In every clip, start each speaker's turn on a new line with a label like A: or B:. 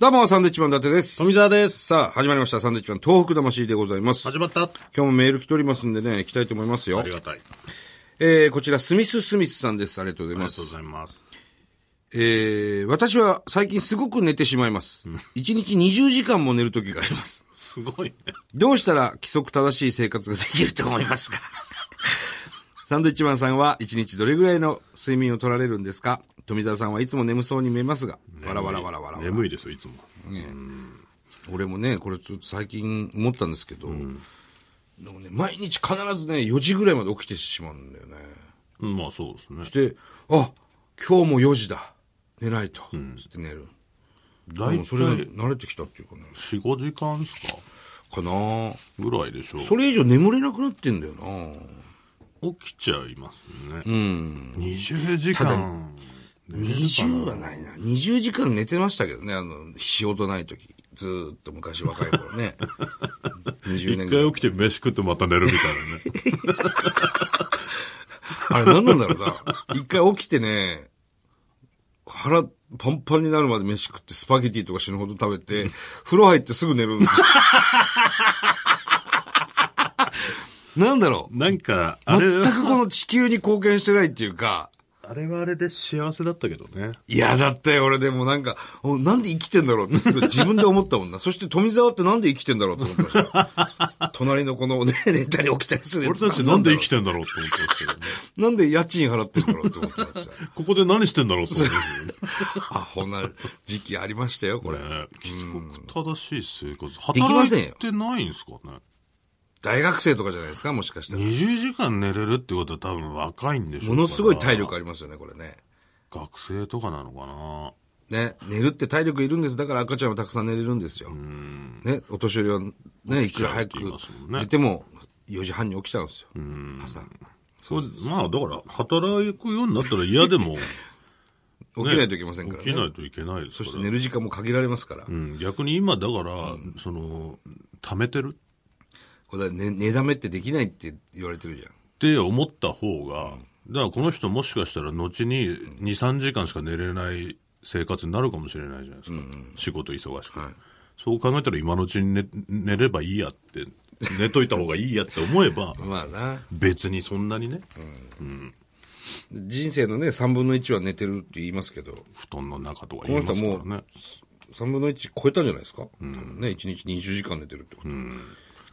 A: どうも、サンドイッチマン伊達です。
B: 富澤です。
A: さあ、始まりました。サンドイッチマン東北魂でございます。今
B: 始まった。
A: 日もメール来ておりますんでね、行きたいと思います
B: あ
A: よ
B: り。がたい。あり
A: えー、こちら、スミス・スミスさんです。ありがとうござい
B: が
A: ま
B: と
A: す
B: う。ございます。
A: えー、私は最近すごく寝てしまいます。1日20時間も寝る時があります。
B: すごいね。
A: どうしたら規則正しい生活ができると思いますかサンドイッチマンさんは1日どれぐらいの睡眠を取られるんですか富澤さんはいつも眠そうに見えますが、わらわらわらわらわら。
B: 眠いですよ、いつも。
A: 俺もね、これちょっと最近思ったんですけど、でもね、毎日必ずね、4時ぐらいまで起きてしまうんだよね。
B: うんまあそうですね
A: そ。して、あ、今日も4時だ。寝ないと。つって寝る。
B: 大
A: でも
B: 体
A: それが慣れてきたっていうかね。
B: 4、5時間ですか
A: かなあ
B: ぐらいでしょ
A: それ以上眠れなくなってんだよな
B: う。起きちゃいますね。うん。20時
A: ただ
B: 間。
A: 20はないな。20時間寝てましたけどね、あの、仕事ない時。ずーっと昔若い頃 ね。20年
B: 一
A: ぐら
B: 回
A: い。
B: 起きて飯食ってまた寝るみたいなね。
A: あれ何なんだろうな。一回起きてね、腹パンパンになるまで飯食ってスパゲティとか死ぬほど食べて、風呂入ってすぐ寝るんですよ。なんだろう。
B: なんか、あれ
A: 全
B: は、
A: くこの地球に貢献してないっていうか、
B: あれはあれで幸せだったけどね。
A: いや、だって俺でもなんか、おなんで生きてんだろうってすごい自分で思ったもんな。そして富澤ってなんで生きてんだろうって思ってました。隣のこのね、寝たり起きたりするや
B: 俺
A: つ
B: たちなんで生き
A: て
B: てんだろうって思ってましたけどね。
A: なんで家賃払ってんだろうって思ってました。
B: ここで何してんだろうって思ってましたけどね。
A: アホな時期ありましたよ、これ。
B: ね規則正しい生活。
A: きません
B: 働
A: よ
B: いてないんですかね。
A: 大学生とかじゃないですか、もしかしたら。
B: 20時間寝れるってことは多分若いんでしょう
A: ものすごい体力
B: あ
A: ありますよね、これね。
B: 学生とかなのかな
A: ね、寝るって体力いるんです。だから赤ちゃんはたくさん寝れるんですよ。ね、お年寄りはね、いくら早く
B: 起きちゃうって言いますもんね
A: 寝ても4時半に起きちゃうんですよ。朝。
B: そう、まあだから、働くようになったら嫌でも、
A: 起きないといけませんから
B: 起きな
A: ね。
B: いといけないです
A: そ
B: か
A: して
B: ら。
A: 寝る時間も限られますから
B: う。ん、逆に今だから、その、貯めてる
A: これね、寝だめってできないって言われてるじゃん。
B: って思った方が、だからこの人もしかしたら後に2、3時間しか寝れない生活になるかもしれないじゃないですか。仕事忙しく、そう考えたら今のうちに寝寝ればいいやって、寝といた方がいいやって思えば、
A: まあな。
B: 別にそんなにね、
A: 人生のね、3分の1は寝てるって言いますけど、
B: 布団の中とか言います
A: この人
B: からね。
A: 3分の1超えたんじゃないですか、多分ね、1日20時間寝てるってこと。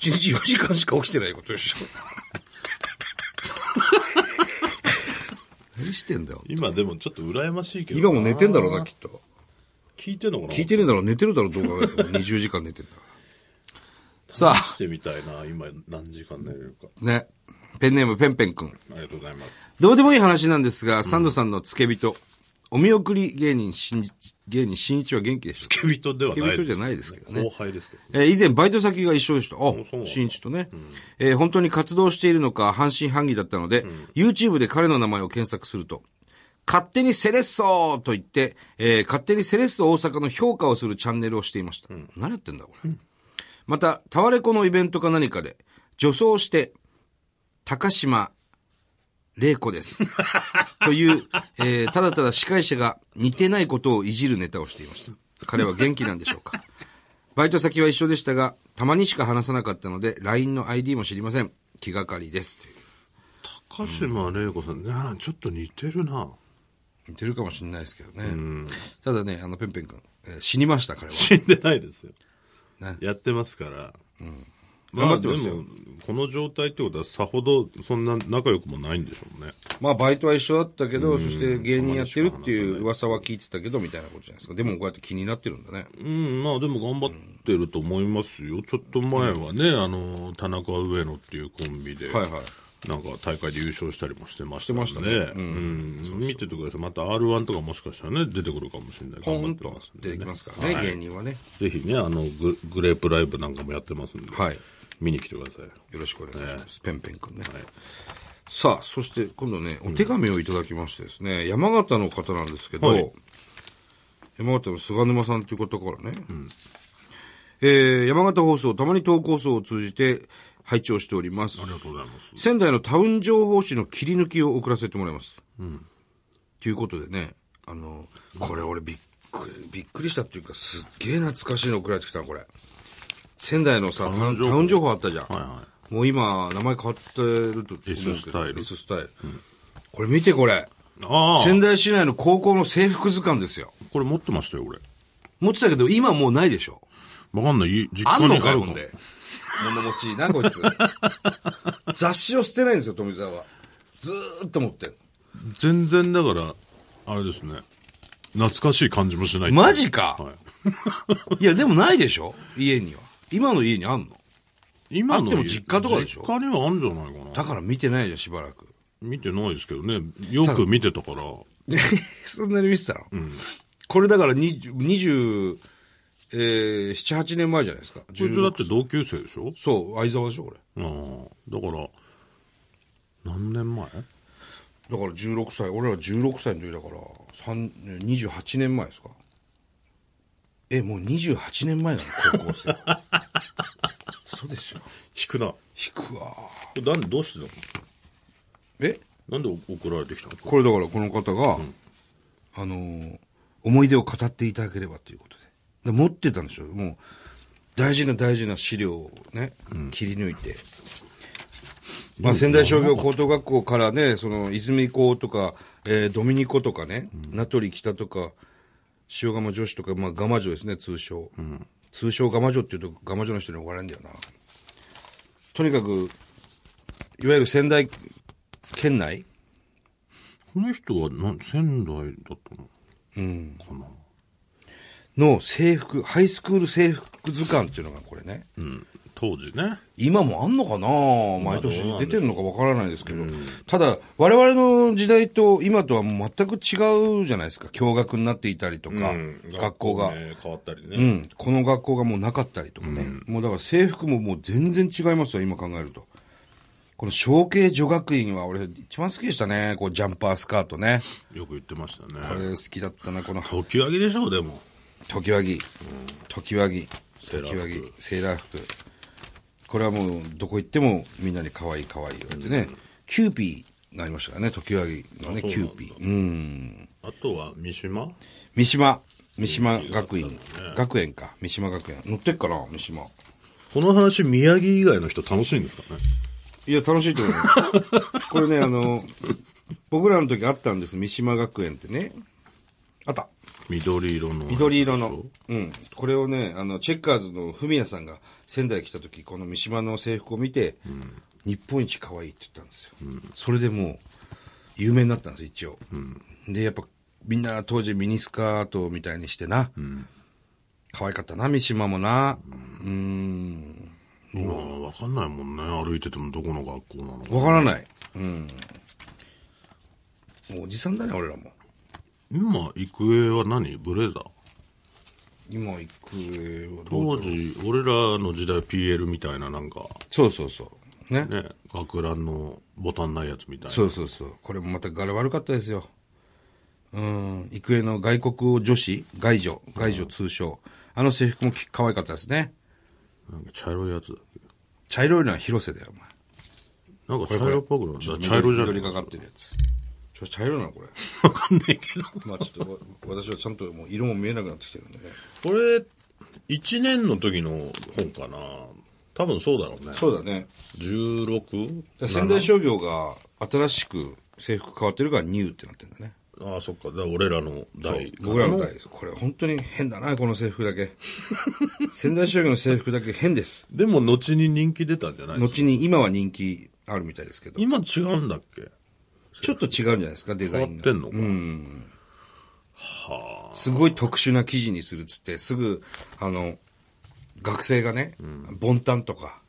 A: 一1日4時間しか起きてないことでしょ。何してんだよ。
B: 今でもちょっと羨ましいけどな。
A: 今も寝てんだろうな、きっと。
B: 聞いてんのかな
A: 聞いてるんだろう、寝てるだろう、どう考えても。20時間寝てんだから。さあ、
B: してみたいな。今何時間寝れるか。
A: ね。ペンネーム、ペンペン君。
B: ありがとうございます。
A: どうでもいい話なんですが、サンドさんの付け人。お見送り芸人、しん芸人、新一は元気でした。
B: 付け人ではない
A: 付け人じゃないですけどね
B: 後輩ですけど。
A: えー以前バイト先が一緒でした。あ
B: そうなん、だ
A: 新一とね、えー本当に活動しているのか半信半疑だったので、YouTube で彼の名前を検索すると、勝手にセレッソーと言って、えー勝手にセレッソ大阪の評価をするチャンネルをしていました。何やってんだこれ。また、タワレコのイベントか何かで、女装して、高島玲子 です。という、えーただただ司会者が似てないことをいじるネタをしていました。彼は元気なんでしょうかバイト先は一緒でしたが、たまにしか話さなかったので、LINE の ID も知りません。気がかりです。という
B: 高島玲子さん、ねあちょっと似てるな。
A: 似てるかもしれないですけどね。ただね、あの、ペンペン君、えー死にました、彼は。
B: 死んでないですよ。
A: ね
B: やってますから。
A: 頑張ってますよ
B: でも、この状態ってことはさほどそんな仲良くもないんでしょうね。
A: まあ、バイトは一緒だったけど、そして芸人やってるっていう噂は聞いてたけど、みたいなことじゃないですか。でも、こうやって気になってるんだね。
B: うん、まあでも頑張ってると思いますよ。ちょっと前はね、あの、田中上野っていうコンビで、
A: はいはい。
B: なんか大会で優勝したりもしてましたんで
A: してましたね
B: うん。見ててください。また R1 とかもしかしたらね、出てくるかもしれない。
A: ポン
B: 頑張って
A: と
B: ますん
A: 出て
B: で
A: き
B: ね。
A: ますからね、芸人はね。
B: ぜひね、あのグ、グレープライブなんかもやってますんで、
A: はい
B: 見に来てください。
A: よろしくお願いします。ペンペン君ね。さあ、そして今度ね、お手紙をいただきましてですね、山形の方なんですけど、
B: はい
A: 山形の菅沼さんという方からね、えー山形放送、たまに投稿層を通じて拝聴しております。
B: ありがとうございます。
A: 仙台のタウン情報誌の切り抜きを送らせてもらいます。ということでね、あの、これ俺びっこれびっくりしたっていうか、すっげえ懐かしいの送られてきたなこれ。仙台のさ、タウン
B: 情報
A: タウン情報あったじゃん。
B: はいは
A: もう今、名前変わってると思うけど。
B: S スタイル
A: S スタイル。これ見てこれ。
B: あ
A: 仙台市内の高校の制服図鑑ですよ。
B: あ、これ持ってましたよ、俺。
A: 持ってたけど、今もうないでしょ。
B: わかんない。実
A: あ
B: 家
A: んの
B: にある
A: か
B: か
A: よ、
B: も
A: ほんで。物持ちいいな、こいつ。 雑誌を捨てないんですよ、富澤は。ずーっと持ってる。
B: 全然だから、あれですね。懐かしい感じもしない。
A: マジか
B: はい
A: や、でもないでしょ家には。今の家にあんの
B: い。今の
A: あっても実家とかでしょ
B: 実家にはあるんじゃないか
A: だ
B: な。
A: から見てないじゃん、しばらく。
B: 見てないですけどね。よく見てたから。
A: え そんなに見てたの、これだから20 27、えー、7、8年前じゃないですか。
B: こいつだって同級生でしょ
A: そう、相沢でしょ、これ。
B: ああ。だから、何年前
A: だから16歳、俺ら16歳の時だから、三28年前ですか。え、もう28年前なの 高校生。そうでしょ。
B: 引くな。こ
A: 引くわ。
B: れなんでどうしてたの
A: え
B: なんで送られてきたの
A: これだからこの方が、あのー思い出を語っていただければということで。で持ってたんでしょもう、大事な大事な資料をね、切り抜いて。まあ、仙台商業高等学校からね、その、泉高とか、えードミニコとかね、名取北とか、塩釜女子とか、まあ、ガマ女ですね、通称。通称ガマ女って言うと、ガマ女の人に怒られるんだよな。とにかく、いわゆる仙台県内、
B: この人はな仙台だったのうん。かな。
A: の制服、ハイスクール制服図鑑っていうのがこれね。
B: うん。当時ね。
A: 今もあんのかな毎年出てるのかわからないですけど。ただ、我々の時代と今とはもう全く違うじゃないですか。共学になっていたりとか、学校が、
B: ね変わったりね。
A: うん。この学校がもうなかったりとかね。もうだから制服ももう全然違いますよ、今考えると。この小慶女学院は俺一番好きでしたね。こうジャンパースカートね。
B: よく言ってました
A: これ
B: ね。
A: 好きだったな、この
B: 時上げでしょう、でも。
A: 時和木、時和木、
B: セーラ
A: 時和
B: ー服
A: 木、セーラー服。これはもう、どこ行ってもみんなに可愛い可愛い言われてね、キューピーになりましたからね、時和木のね、
B: あそうなんだ
A: キューピー。うん。
B: あとは三島
A: 三島、三島学院、学園か、三島学園。乗ってっかな、三島。
B: この話、宮城以外の人楽しいんですかね
A: いや、楽しいと 思いますこれね、あの、僕らの時あったんです、三島学園ってね。あった。
B: 緑色の。
A: 緑色の。。うん。これをね、あの、チェッカーズのフミヤさんが仙台来た時、この三島の制服を見て、日本一可愛いって言ったんですよ。それでもう、有名になったんです、一応。で、やっぱ、みんな当時ミニスカートみたいにしてな。可愛かったな、三島もな。うーん。
B: 今、わかんないもんね。歩いててもどこの学校なのか。
A: わからない。うん。もうおじさんだね、俺らも。
B: 今、育英は何ブレザー
A: 今行くはどう
B: 当時、俺らの時代 PL みたいな、なんか、
A: そうそうそう。ね
B: ね、学ランのボタンないやつみたいな。
A: そうそうそう。これもまた柄悪かったですよ。うん。育英の外国女子、外女、外女通称。あの制服もき可愛かったですね。
B: なんか茶色いやつだっけ
A: 茶色いのは広瀬だよ、お前。
B: なんか茶色っぽくないだから茶色じゃ
A: 緑
B: ね
A: がかってるやつ。ちょ、茶色なのこれ。
B: え。わかんないけど。
A: まあちょっと、わ私はちゃんともう色も見えなくなってきてるんでね。
B: これ、1年の時の本かな多分そうだろうね。
A: そうだね。
B: 16?
A: だから仙台商業が新しく制服変わってるからニューってなってるんだね。
B: ああ、そっか。だから俺らの代
A: 僕らの代です。これ本当に変だな、この制服だけ。仙台商業の制服だけ変です。
B: でも、後に人気出たんじゃない
A: 後に今は人気あるみたいですけど。
B: 今違うんだっけ
A: ちょっと違うんじゃないですか、デザイ
B: 変わ
A: ン
B: っ
A: が
B: て。んのか、
A: すごい特殊な生地にするっつって、すぐ、あの、学生がね、ボンタンとか、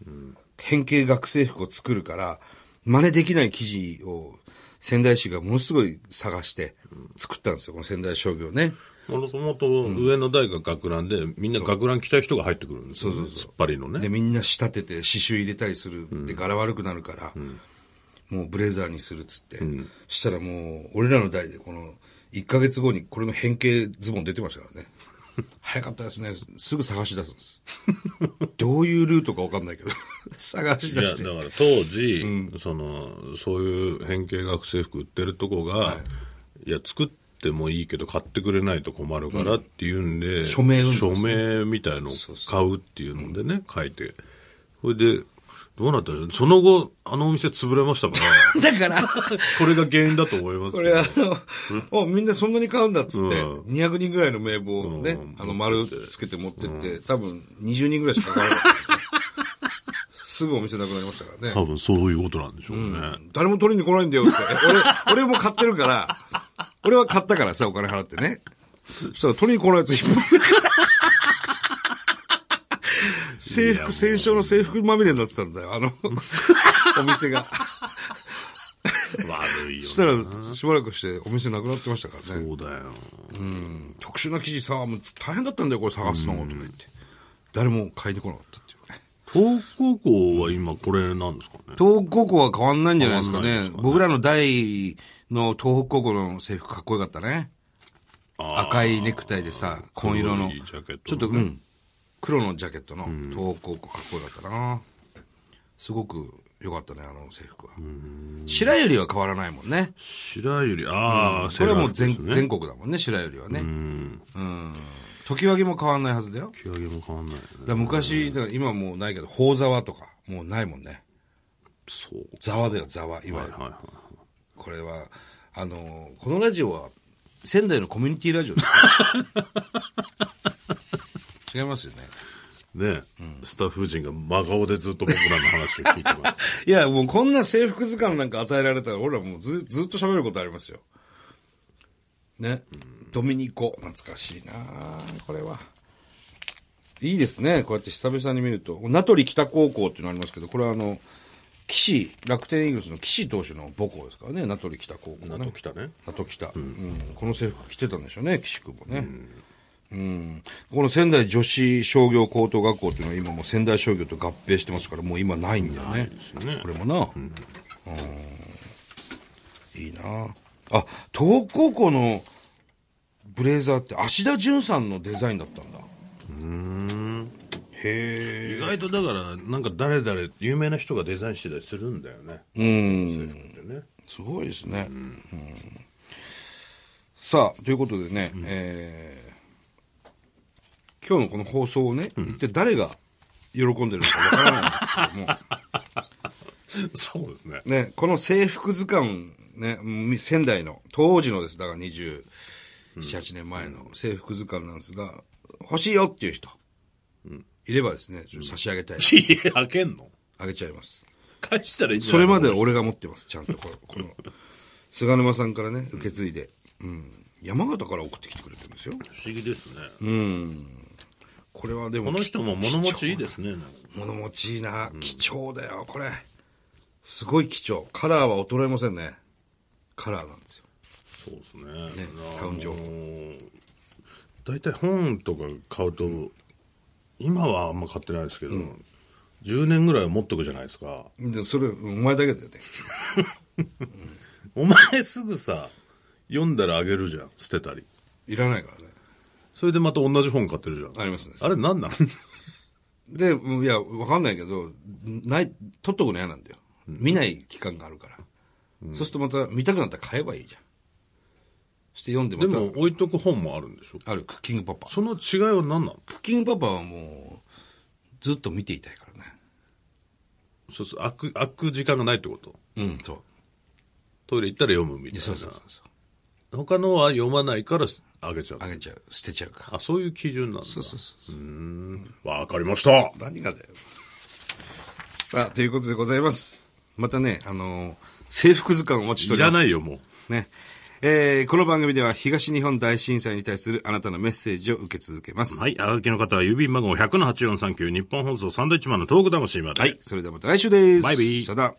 A: 変形学生服を作るから、真似できない生地を仙台市がものすごい探して作ったんですよ、この仙台商業ね。
B: もともと上の代が学ランで、みんな学ラン着たい人が入ってくるんですよ、ね。そうそうそう。突っ張りの
A: で、
B: ね。
A: みんな仕立てて刺繍入れたりする。で、柄悪くなるから、もうブレザーにするっつって。したらもう、俺らの代で、この、1ヶ月後にこれの変形ズボン出てました からね。早かったですね。すぐ探し出すんです。どういうルートかわかんない けど、探し
B: いや、
A: 出
B: だ
A: して
B: か。ら当時、その、そういう変形学生服売ってるとこが、い、や、作っってもいいけど、買ってくれないと困るからっていうんで、
A: 署名運動です
B: 署名みたいのを買うっていうのでね、書いて。それで、どうなったんでしょうその後、あのお店潰れました から、
A: だから、
B: これが原因だと思います
A: こ
B: よ。
A: れあの、お、みんなそんなに買うんだっつって、
B: う
A: 200人ぐらいの名簿をね、
B: うん
A: あの丸つけて持ってって、多分20人ぐらいしか買わなか った。すぐお店なくなりましたからね。
B: 多分そういうことなんでしょうね。
A: 誰も取りに来ないんだよって。俺、俺も買ってるから、俺は買ったからさ、お金払ってね。そしたら取りに来ないと引っ張る。制
B: いやも
A: 服、
B: う
A: 戦勝の制服まみれになってたんだよ、あの、お店が。
B: 悪いよ、ね。
A: そしたら、しばらくしてお店なくなってましたからね。
B: そうだよ。
A: 特殊な生地さ、もう大変だったんだよ、これ探すの、とか言って。誰も買いに来なかったっていうね。
B: 東高校は今これなんですかね。
A: 東北高校は変わんないんじゃないですか
B: 変わんな
A: ね。僕らの代の東北高校の制服かっこよかったね。
B: あー
A: 赤いネクタイでさ、紺色の
B: 黒いジャケットのね、
A: ちょっと、うん、黒のジャケットの東北高校かっこよかったな。すごく良かったね、あの制服は。白百合は変わらないもんね。
B: 白百合、ああ、
A: それはもう
B: セーラ
A: 全
B: ー服ですね
A: 全国だもんね、白百合はね。うん。時わも変わんないはずだよ。
B: 気上げも変わんないよね。
A: だから昔、だから今はもうないけど、宝沢とか、もうないもんね。
B: そう。
A: ざわだよ、ざわ、いわ
B: は
A: ゆ
B: い
A: る
B: は。いはい。
A: これは、あの、このラジオは、仙台のコミュニティラジ オです。違いますよね。
B: ね、スタッフ陣が真顔でずっと僕らの話を聞いてます。
A: いや、もうこんな制服図鑑なんか与えられたら、俺らもうずずっと喋ることありますよ。ね。ドミニコ。懐かしいなあこれは。いいですね。こうやって久々に見ると。名取北高校っていうのありますけど、これはあの、岸、楽天イーグルスの岸投手の母校ですからね。名取北高校ね。
B: あと来たね。
A: あと来た、うんこの制服着てたんでしょうね、岸君もね、うんこの仙台女子商業高等学校っていうのは今もう仙台商業と合併してますから、もう今ないんだよね。
B: すよね
A: これもな、うんいいなあ、東北高校のブレザーって芦田純さんのデザインだったんだ。へ
B: 意外とだから、なんか誰々、有名な人がデザインしてたりするんだよね。
A: え。うん。
B: 制服っ てね。
A: すごいですね。うんさあ、ということでね、えー今日のこの放送をね、一体誰が喜んでるのかわからないんですけども、
B: そうです ね。
A: ね、この制服図鑑、ね、み仙台の、当時のです、だから27、8年前の制服図鑑なんですが、欲しいよっていう人、いればですね、ちょっと差し上げたい。
B: 家開けんの
A: あげちゃいます。
B: 返したらいいんじゃ
A: そ
B: な
A: れ
B: いの
A: までは俺が持ってます、ちゃんとこの。この菅沼さんからね、受け継いで。うん。山形から送ってきてくれてるんですよ。
B: 不思議ですね。
A: これはでも、
B: この人も物持ちいいですね。
A: 物持ちいいな。貴重だよ、これ。すごい貴重。カラーは衰えませんね。カラーなんですよ。
B: そうですね。
A: タウン情報
B: あのー大体本とか買うと、今はあんま買ってないですけど、10年ぐらいは持っとくじゃないですか。
A: で、それ、お前だけだよね。
B: お前すぐさ、読んだらあげるじゃん、捨てたり。
A: いらないからね。
B: それでまた同じ本買ってるじゃん。
A: ありますね
B: あれなんなん
A: で、うんいや、わかんないけど、ない、取っとくの嫌なんだよ。見ない期間があるから。そうするとまた、見たくなったら買えばいいじゃん。して 読んで
B: で
A: また、
B: も置いとく本もあるんでしょ
A: ある、クッキングパパ。
B: その違いは何なの
A: クッキングパパはもう、ずっと見ていたいからね。
B: そうそう、開く、開く時間がないってこと
A: うん、そう。
B: トイレ行ったら読むみたいな。
A: そうそうそうそう。
B: 他のは読まないからあげちゃう。
A: あげちゃう。捨てちゃうか。
B: あ、そういう基準なんだ。
A: そうそうそう。
B: わかりました。
A: 何がだよ。さあ、ということでございます。またね、あのー制服図鑑をお待ちしてお
B: い
A: りま
B: ら
A: す。
B: ないよ、。もう。
A: ね。えー、この番組では東日本大震災に対するあなたのメッセージを受け続けます。
B: はい。あがきの方は郵便番号100-8439日本放送サンドイッチマンのトーク魂まで。
A: はい。それではまた来週です。
B: バイビー
A: さよなら